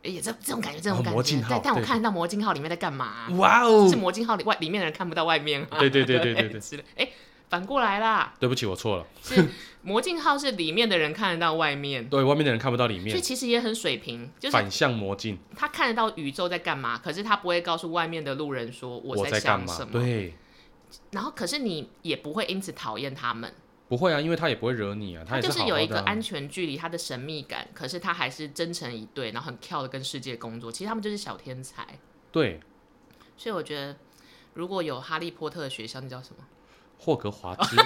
哎也这这种感觉，这种
哦
感
魔
觉，
镜
对
号，
但我
对
看得到魔镜号里面在干嘛、
哇哦
啊是，魔镜号里外里面的人看不到外面、啊，
对对对对对对
之类，哎、反过来啦，
对不起，我错了，
是魔镜号是里面的人看得到外 面，
对外面的人看不到里
所以
面，
其实也很水平，就是
反向魔镜，
他看得到宇宙在干嘛，可是他不会告诉外面的路人说
我
在
干
想
嘛
什？么。
对，
然后，可是你也不会因此讨厌他们，
不会啊，因为他也不会惹你啊，
他
也
就是是
好
有
好
一
的
个
啊
安。全距离，他的神秘感，可是他还是真诚以对，然后很跳的跟世界工作。其实他们就是小天才，
对，
所以我觉得如果有哈利波特的学校，那叫什么？
霍格华兹，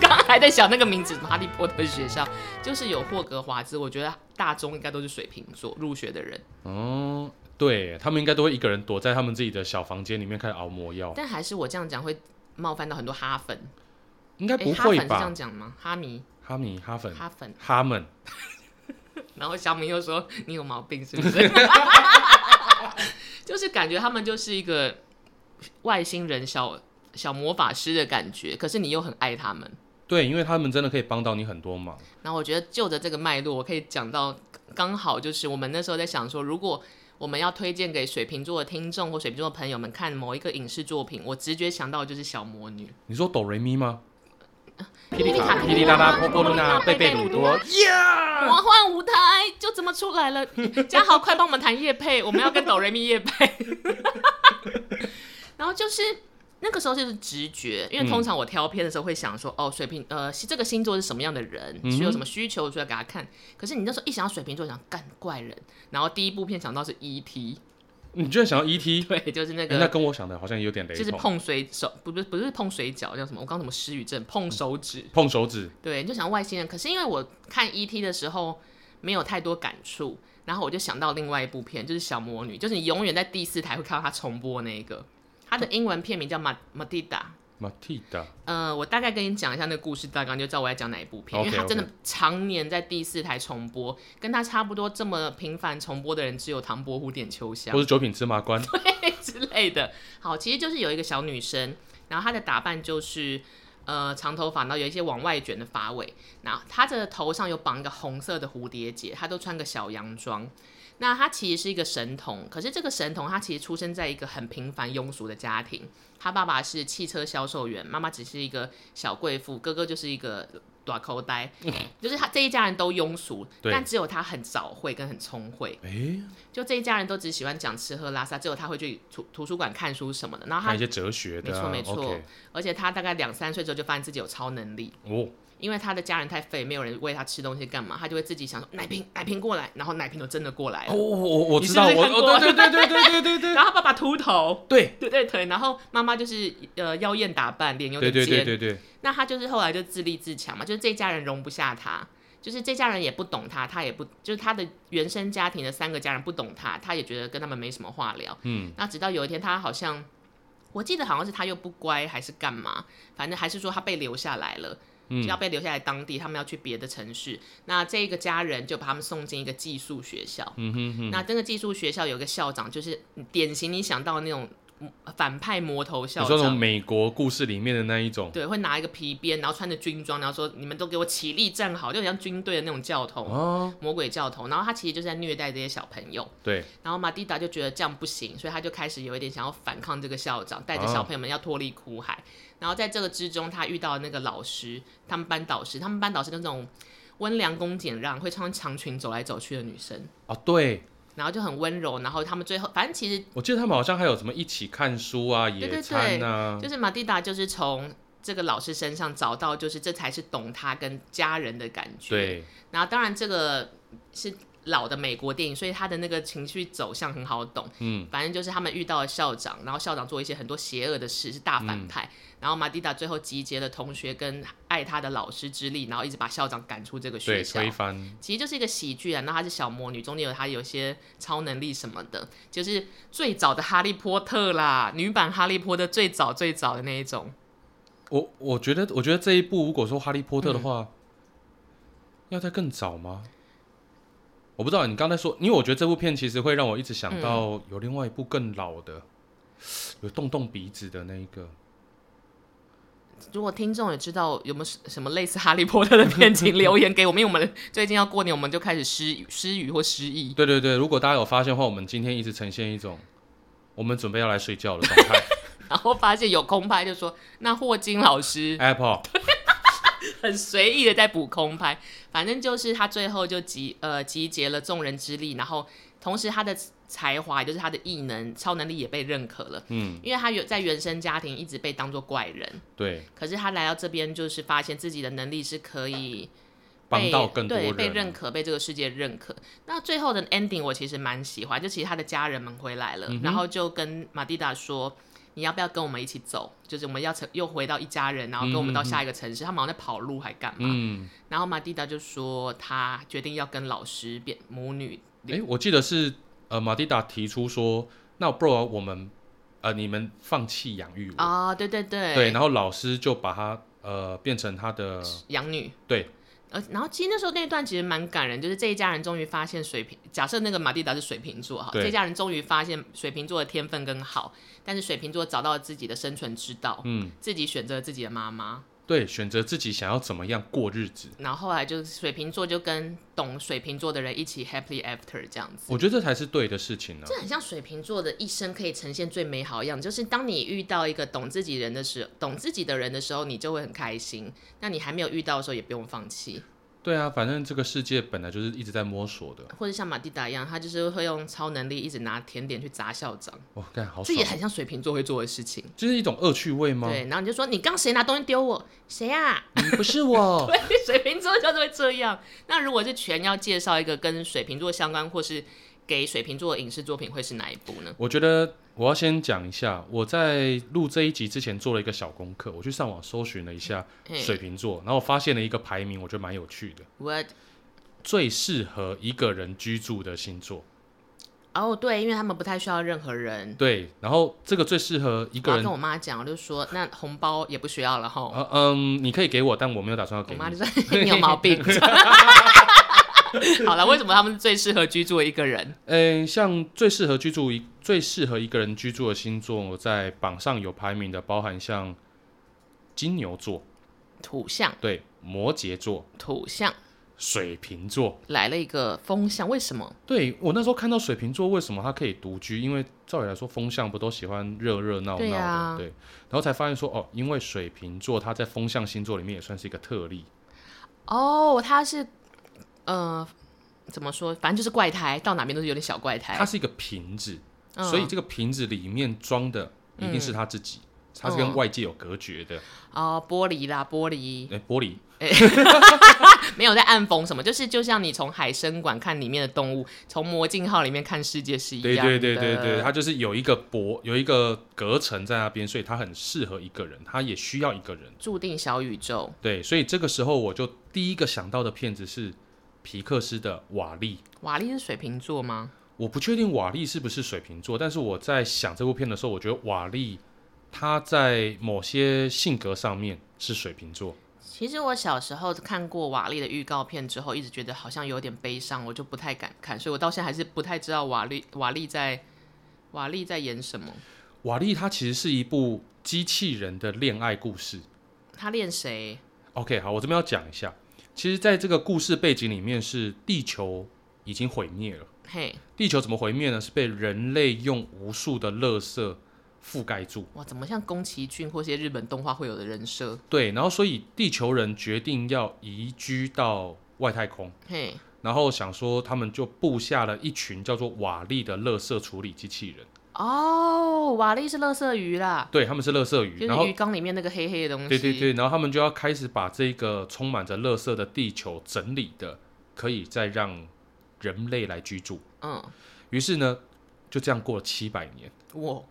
刚刚还在想那个名字，哈利波特学校就是有霍格华兹，我觉得大中应该都是水瓶座入学的人，
嗯，对他们应该都会一个人躲在他们自己的小房间里面开始熬魔药，
但还是我这样讲会冒犯到很多哈粉，
应该
诶
不
哎哈粉
会
是这
吧
样？讲吗？哈迷、
哈米、哈粉、
哈粉。
哈们，
然后小明又说：“你有毛病是不是？” 就是感觉他们就是一个外星人小小魔法师的感觉，可是你又很爱他们。
对，因为他们真的可以帮到你很多忙。
然后我觉得就着这个脉络，我可以讲到刚好就是我们那时候在想说，如果我们要推荐给水瓶座的听众或水瓶座的朋友们看某一个影视作品，我直觉想到的就是小魔女。
你说哆瑞咪吗？
霹雳卡
霹雳啦啦，波波露娜，贝贝鲁多，
魔幻舞台就这么出来了。 嘉豪，快帮我们谈叶配，我们要跟哆瑞咪叶配。 然后就是那个时候就是直觉，因为通常我挑片的时候会想说，哦，水瓶呃这个星座是什么样的人，
嗯
是有什么需求，所以要给他看。可是你那时候一想到水瓶座，想干怪人，然后第一部片想到是 E.T.，
你居然想要 E.T.？
对，就是那
哎那
个。
跟我想的好像有点雷
就是
同。
碰水手，不不不是碰水饺，叫什么？我刚刚怎么失语症？碰手指，
碰手指，
对，你就想外星人。可是因为我看 E.T. 的时候没有太多感触，然后我就想到另外一部片，就是《小魔女》，就是你永远在第四台会看到它重播那一个。它的英文片名叫《马马蒂达》。
马蒂达，
呃，我大概跟你讲一下那个故事大纲，你就知道我要讲哪一部片
OK，
因为它真的常年在第四台重播，跟它差不多这么频繁重播的人只有唐伯虎点秋香
或。是九品芝麻官，
之类的。好，其实就是有一个小女生，然后她的打扮就是呃长头发，然后有一些往外卷的发尾，然后她的头上有绑一个红色的蝴蝶结，她都穿个小洋装。那她其实是一个神童，可是这个神童她其实出生在一个很平凡庸俗的家庭，她爸爸是汽车销售员，妈妈只是一个小贵妇，哥哥就是一个短口呆，就是他这一家人都庸俗，
对
但只有她很早慧跟很聪慧。
哎，
就这一家人都只喜欢讲吃喝拉撒，只有他会去图图书馆看书什么的。然后
看一
他，
些哲学的啊，
啊没错没错
OK
而且他大概两三岁之后就发现自己有超能力，
哦，
因为他的家人太废，没有人喂他吃东西干嘛，他就会自己想说奶瓶奶瓶过来，然后奶瓶就呃真的过来了。
哦，我我我
哎你是
知
不
道，
是
我
看过
哦，对对对对对对对
然后他爸爸秃头，
对
对对对，然后妈妈就是呃妖艳打扮，脸有
对对
点
对
尖。
对对对，
那他就是后来就自立自强嘛，就是这家人容不下他，就是这家人也不懂他，他也不就是他的原生家庭的三个家人不懂他，他也觉得跟他们没什么话聊。
嗯，
那直到有一天，他好像我记得好像是他又不乖还是干嘛，反正还是说他被留下来了，
嗯
就要被留下来当地，他们要去别的城市。那这个家人就把他们送进一个寄宿学校。
嗯哼哼，
那这个寄宿学校有个校长，就是典型你想到的那种反派魔头校
你说那种
长。
美国故事里面的那一种
对，会拿一个皮鞭，然后穿着军装，然后说：“你们都给我起立站好，就很像军队的那种教头，
哦，
魔鬼教头。”然后他其实就是在虐待这些小朋友。
对，
然后马蒂达就觉得这样不行，所以他就开始有一点想要反抗这个校长，带着小朋友们要脱离苦海。然后在这个之中，他遇到那个老师，他们班导师，他们班导师就是那种，温良恭俭让，会穿长裙走来走去的女生，
哦，对，
然后就很温柔，然后他们最后反正其实
我记得他们好像还有什么一起看书啊、
对
野
对
餐啊，
就是马蒂达就是从这个老师身上找到，就是这才是懂他跟家人的感觉。，
对，
然后当然这个是老的美国电影，所以他的那个情绪走向很好懂。
嗯，
反正就是他们遇到了校长，然后校长做一些很多邪恶的事，是大
嗯
反派。然后马蒂达最后集结了同学跟爱他的老师之力，然后一直把校长赶出这个学
对，
校
推。翻，
其实就是一个喜剧啊，那她是小魔女，中间有她有些超能力什么的，就是最早的哈利波特啦，女版哈利波特最早最早的那一种。
我我觉得，我觉得这一部如果说《哈利波
嗯
特》的话，要再更早吗？我不知道你刚才说，因为我觉得这部片其实会让我一直想
嗯
到有另外一部更老的，有动动鼻子的那一个，
如果听众也知道有没有什么类似哈利波特的片，请留言给我们，因为我们最近要过年，我们就开始失失语或失忆。
对对对，如果大家有发现的话，我们今天一直呈现一种我们准备要来睡觉的状态。
然后发现有空拍，就说那霍金老 师
Apple，
很随意的在补空拍，反正就是他最后就集呃集结了众人之力，然后同时他的才华，也就是他的异能、超能力也被认可了，
嗯，
因为他原在原生家庭一直被当做怪人，
对，
可是他来到这边就是发现自己的能力是可以
帮
被
到更多
对
人，
被认可，被这个世界认可。那最后的 ending 我其实蛮喜欢，就其实他的家人们回来了，
嗯哼
然后就跟马蒂达说。你要不要跟我们一起走？就是我们要成又回到一家人，然后跟我们到下一个城市。他们好像在跑路还干嘛？
嗯，
然后马蒂达就说他决定要跟老师变母女，
诶，我记得是呃，马蒂达提出说，那不如我们呃，你们放弃养育我，
啊、对对对，
嗯对，然后老师就把他呃变成他的
养女。
对，
呃，然后其实那时候那段其实蛮感人，就是这一家人终于发现水瓶，假设那个马蒂达是水瓶座哈，
对
这一家人终于发现水瓶座的天分跟好，但是水瓶座找到了自己的生存之道，
嗯，
自己选择自己的妈妈，
对，选择自己想要怎么样过日子，
然后后来就是水瓶座就跟懂水瓶座的人一起 happily after 这样子。
我觉得这才是对啊的事情呢、
这很像水瓶座的一生可以呈现最美好的样子，就是当你遇到一个懂自己人的时懂自己的人的时候，你就会很开心。那你还没有遇到的时候，也不用放弃。
对啊，反正这个世界本来就是一直在摸索的，
或者像马蒂达一样，他就是会用超能力一直拿甜点去砸校长，
哇，干好
这
爽
也，很像水瓶座会做的事情。
就是一种恶趣味吗？
对，然后你就说你刚谁拿东西丢我，谁啊？
嗯不是我，
对，水瓶座就是会这样。那如果是全要介绍一个跟水瓶座相关，或是给水瓶座的影视作品，会是哪一部呢？
我觉得我要先讲一下，我在录这一集之前做了一个小功课，我去上网搜寻了一下
嘿
水瓶座，然后我发现了一个排名，我觉得蛮有趣的，
我
最适合一个人居住的星座。
哦，对，因为他们不太需要任何人。
对，然后这个最适合一
我
个
要
人
跟我妈讲，我就说那红包也不需要了哈。
呃嗯，你可以给我，但我没有打算要
哦我
给
妈
你。
就说 你有毛病。 好了，为什么他们是最适合居住的一个人？
嗯，像最适合居住一最适合一个人居住的星座，在榜上有排名的，包含像金牛座、
土象，
对摩羯座、
土象
水瓶座。
来了一个风象，为什么？
对我那时候看到水瓶座为什么它可以独居，因为照理来说风象不都喜欢热热闹闹的，
对啊
对。然后才发现说哦，因为水瓶座它在风象星座里面也算是一个特例，
哦，他是呃，怎么说？反正就是怪胎，到哪边都是有点小怪胎
它。是一个瓶子，
哎嗯
所以这个瓶子里面装的一定是他自己，
嗯
他是跟外界有隔绝的。
哦，玻璃啦，玻璃
哎、玻璃，
没有在暗讽什么，就是就像你从海参馆看里面的动物，从魔镜号里面看世界是一
对
样的。
对对对对，它就是有一个薄有一个隔层在那边，所以它很适合一个人，他也需要一个人。
注定小宇宙。
对，所以这个时候我就第一个想到的片子是皮克斯的《瓦力》。
瓦力是水瓶座吗？
我不确定瓦力是不是水瓶座，但是我在想这部片的时候，我觉得瓦力他在某些性格上面是水瓶座。
其实我小时候看过瓦力的预告片之后，一直觉得好像有点悲伤，我就不太敢看，所以我到现在还是不太知道瓦力瓦力在瓦力在演什么，
瓦力它其实是一部机器人的恋爱故事。
他练谁？
OK，好，我这边要讲一下，其实在这个故事背景里面是地球已经毁灭了。
嘿，
地球怎么毁灭呢？是被人类用无数的垃圾覆盖住。
哇，怎么像宫崎骏或些日本动画会有的人设？
对，然后所以地球人决定要移居到外太空，
嘿，
然后想说他们就布下了一群叫做瓦力的垃圾处理机器人，
哦，瓦力是垃圾鱼啦，
对，他们是垃圾鱼，
就
然
是
后
鱼缸里面那个黑黑的东西。
对对对，然后他们就要开始把这个充满着垃圾的地球整理的，可以再让人类来居住。
嗯，
于是呢，就这样过了七百年。
我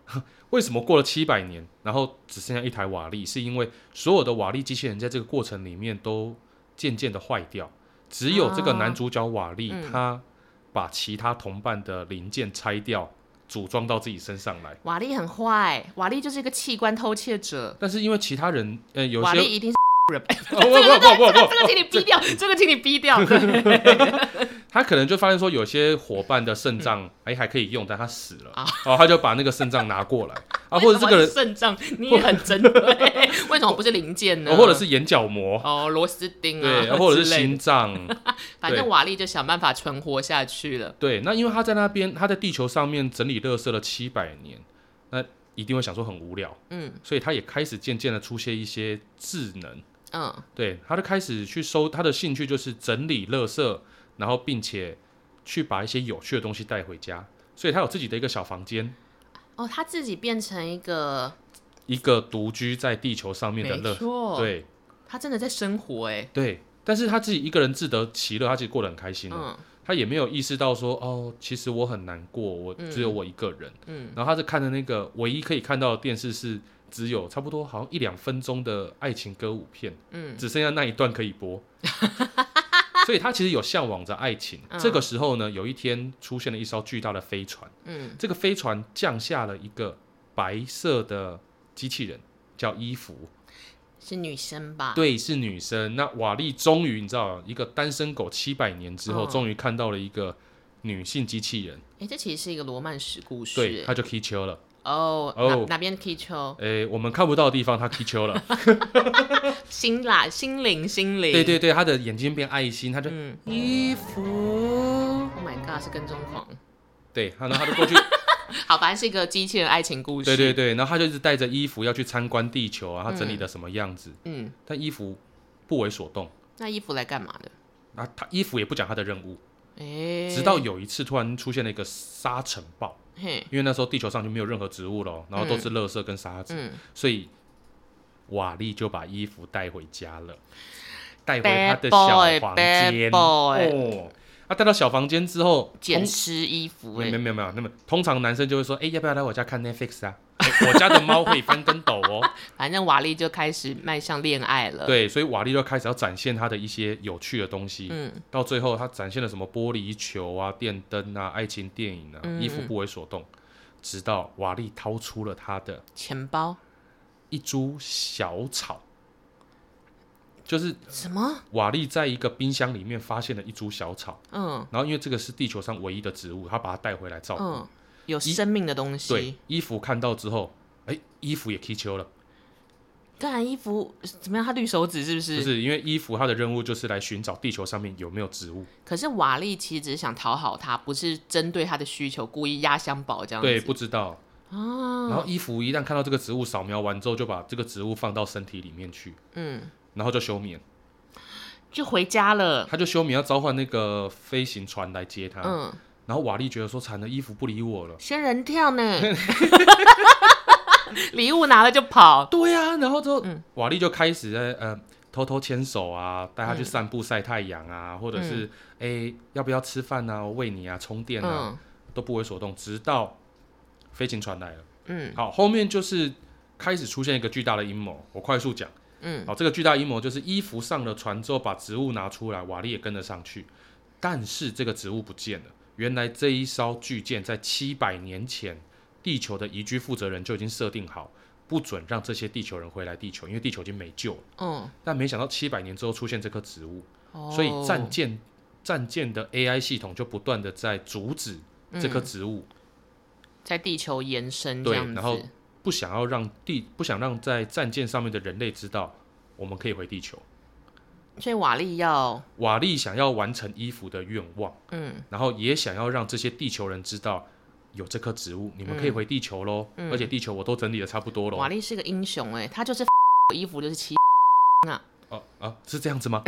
为什么过了七百年，然后只剩下一台瓦力？是因为所有的瓦力机器人在这个过程里面都渐渐的坏掉，只有这个男主角瓦力，
啊嗯
他把其他同伴的零件拆掉，组装到自己身上来。
瓦力很坏，瓦力就是一个器官偷窃者，
但是因为其他人，呃，有
瓦
些
力一定是 人。
哦不不不不不，
这个请你逼 掉，这个请你逼掉。对
他可能就发现说，有些伙伴的肾脏
嗯
哎、还可以用，但他死了，哦，他就把那个肾脏拿过来啊，或者这个
啊 为什么
人
是，肾脏你也很 针对， 为什么不是零件呢？
哦或者是眼角膜，
哦螺丝钉啊，
对，或者是
之类的
心脏，
反正
对
瓦力就想办法存活下去了。
对。那因为他在那边，他在地球上面整理垃圾了七百年，那一定会想说很无聊，
嗯
所以他也开始渐渐的出现一些智能，
嗯，
对，他就开始去收他的兴趣就是整理垃圾，然后并且去把一些有趣的东西带回家，所以他有自己的一个小房间。
哦，他自己变成一个，
一个独居在地球上面的
没
乐，
错，，
对
他真的在生活哎，
对，但是他自己一个人自得其乐，他其实过得很开心、哦
嗯
他也没有意识到说，哦，其实我很难过，我
嗯
只有我一个人。
嗯，
然后他是看的那个唯一可以看到的电视是只有差不多好像一两分钟的爱情歌舞片，
嗯，
只剩下那一段可 以播。所以他其实有向往着爱情。
嗯
这个时候呢，有一天出现了一艘巨大的飞船，
嗯，
这个飞船降下了一个白色的机器人，叫伊芙。
是女生吧？
对，是女生。那瓦力终于，你知道，一个单身狗七百年之后，
嗯
终于看到了一个女性机器人，
哎，这其实是一个罗曼史故事
对，
欸。
她就 K 丘了。
哦，
哦
哪哪边 K 丘？
诶，我们看不到的地方，她 K 丘了。
心啦，心灵，心灵。
对对对，她的眼睛变爱心，她就
嗯
衣服。
，Oh my god，是跟踪狂。
对，然后她就过去，
好，反正是一个机器人爱情故事。
对对，对，然后她就一直带着衣服要去参观地球啊，她整理的什么样子？
嗯，
但衣服不为所动，
那衣服来干嘛的？
啊，她衣服也不讲她的任务。
哎，
直到有一次，突然出现了一个沙尘暴，
嘿，
因为那时候地球上就没有任何植物了哦，然后都是垃圾跟沙子。
嗯，
所以瓦力就把衣服带回家了，带回
Bad
他的小
boy,
房
bad
间。
boy
哦，啊，带到小房间之后，
捡
通
湿衣服
没
哎
有，没有没有，那么通常男生就会说，哎、要不要来我家看 Netflix 啊？哎我家的猫会翻跟斗 哦。
反正瓦力就开始迈向恋爱了。，
对，所以瓦力就开始要展现他的一些有趣的东西。
嗯
到最后，他展现了什么玻璃球啊、电灯啊、爱情电影啊，
嗯
衣服
嗯
不为所动。直到瓦力掏出了他的
钱包
一株小草，就是
什么？
瓦力在一个冰箱里面发现了一株小草，
嗯
然后因为这个是地球上唯一的植物，他把它带回来照顾。
嗯，有生命的东
对
西。，
衣服看到之后，哎，衣服也踢球了，
干衣服怎么样？他绿手指是不？
就是是因为衣服它的任务就是来寻找地球上面有没有植物，
可是瓦力其实只是想讨好他，不是针对他的需求，故意压箱宝这样子。
对，不知道。然
啊，
后衣服一旦看到这个植物，扫描完之后就把这个植物放到身体里面去，
嗯，
然后就休眠，
就回家了。
他就休眠要召唤那个飞行船来接他。
嗯，
然后瓦力觉得说，惨了，衣服不理我了。
仙人跳 呢？礼物拿了就跑。
对呀、然后之后，
嗯
瓦力就开始在呃偷偷牵手啊，带他
嗯
去散步晒太阳啊，或者是哎、诶要不要吃饭啊，我喂你啊，充电啊，
嗯
都不为所动，直到飞行船来了。
嗯
好，后面就是开始出现一个巨大的阴谋，我快速讲。
嗯，
好，这个巨大阴谋就是衣服上了船之后，把植物拿出来，瓦力也跟了上去，但是这个植物不见了。原来这一艘巨舰在七百年前，地球的移居负责人就已经设定好，不准让这些地球人回来地球，因为地球已经没救了。
嗯，
但没想到七百年之后出现这棵植物，
哦
所以战舰战舰的 AI 系统就不断的在阻止这
嗯
棵植物，
哦在地球延伸这
对
样子。
然后不想要让地不想让在战舰上面的人类知道我们可以回地球。
所以瓦力要
瓦力想要完成衣服的愿望，
嗯
然后也想要让这些地球人知道有这棵植物，你们可以回地球喽。而且地球我都整理的差不多
嗯瓦
喽。
力是个英雄哎、他就是 衣服就是七
哦哦啊，是这样子吗？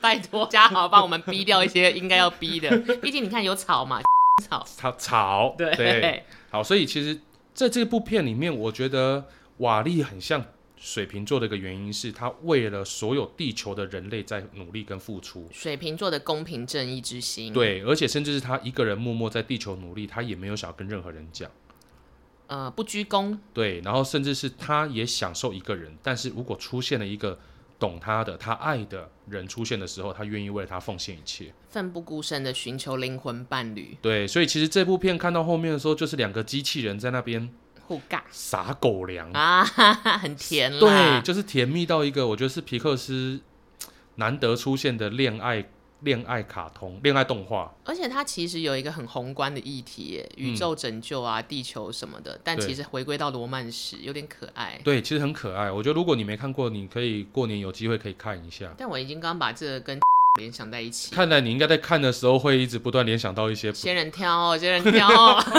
拜托嘉豪帮我们逼掉一些应该要逼的， 毕竟你看有草嘛， 草，
草草
对，
好，所以其实在这部片里面，我觉得瓦力很像水瓶座的一个原因是，他为了所有地球的人类在努力跟付出。
水瓶座的公平正义之心，，
对，而且甚至是他一个人默默在地球努力，他也没有想要跟任何人讲。
呃，不鞠躬，
对，然后甚至是他也享受一个人，但是如果出现了一个懂他的、他爱的人出现的时候，他愿意为了他奉献一切。
奋不顾身的寻求灵魂伴侣，
对，所以其实这部片看到后面的时候，就是两个机器人在那边
互尬
撒狗粮，
啊， 哈哈很甜啦，
嗯对，就是甜蜜到一个，我觉得是皮克斯难得出现的恋爱恋爱卡通、恋爱动画。
而且它其实有一个很宏观的议题耶，宇宙拯救啊、地球什么的，但
嗯对
其实回归到罗曼史有点可爱。
对，其实很可爱。我觉得如果你没看过，你可以过年有机会可以看一下。
但我已经刚刚把这个跟 联想在一起，
看来你应该在看的时候会一直不断联想到一些不
仙人跳哦，仙人跳哦。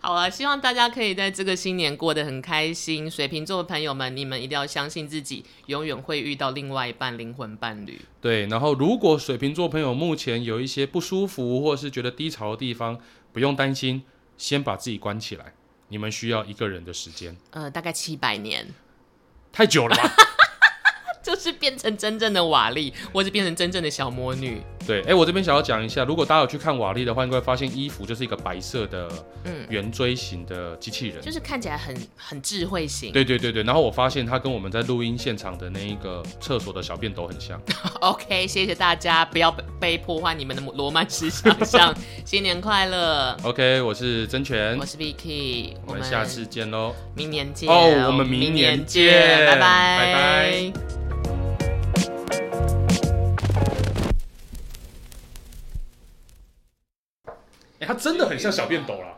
好啊，希望大家可以在这个新年过得很开心。水瓶座的朋友们，你们一定要相信自己，永远会遇到另外一半灵魂伴侣。
对。然后，如果水瓶座朋友目前有一些不舒服或是觉得低潮的地方，不用担心，先把自己关起来。你们需要一个人的时间，
呃，大概七百 年，
太久了 吧？
就是变成真正的瓦力，或是变成真正的小魔女。
对，哎，我这边想要讲一下，如果大家有去看瓦力的话，应该会发现衣服就是一个白色的
嗯
圆锥形的机器人。
就是看起来很很智慧型。
对对对对，然后我发现它跟我们在录音现场的那一个厕所的小便斗很像。
OK，谢谢大家，不要被被破坏你们的罗曼史想象。新年快乐！
OK，我是真权
我，是 Vicky，
我们下次见喽。
明年见
哦我们明年见
拜拜
拜拜哎、它真的很像小便斗啦。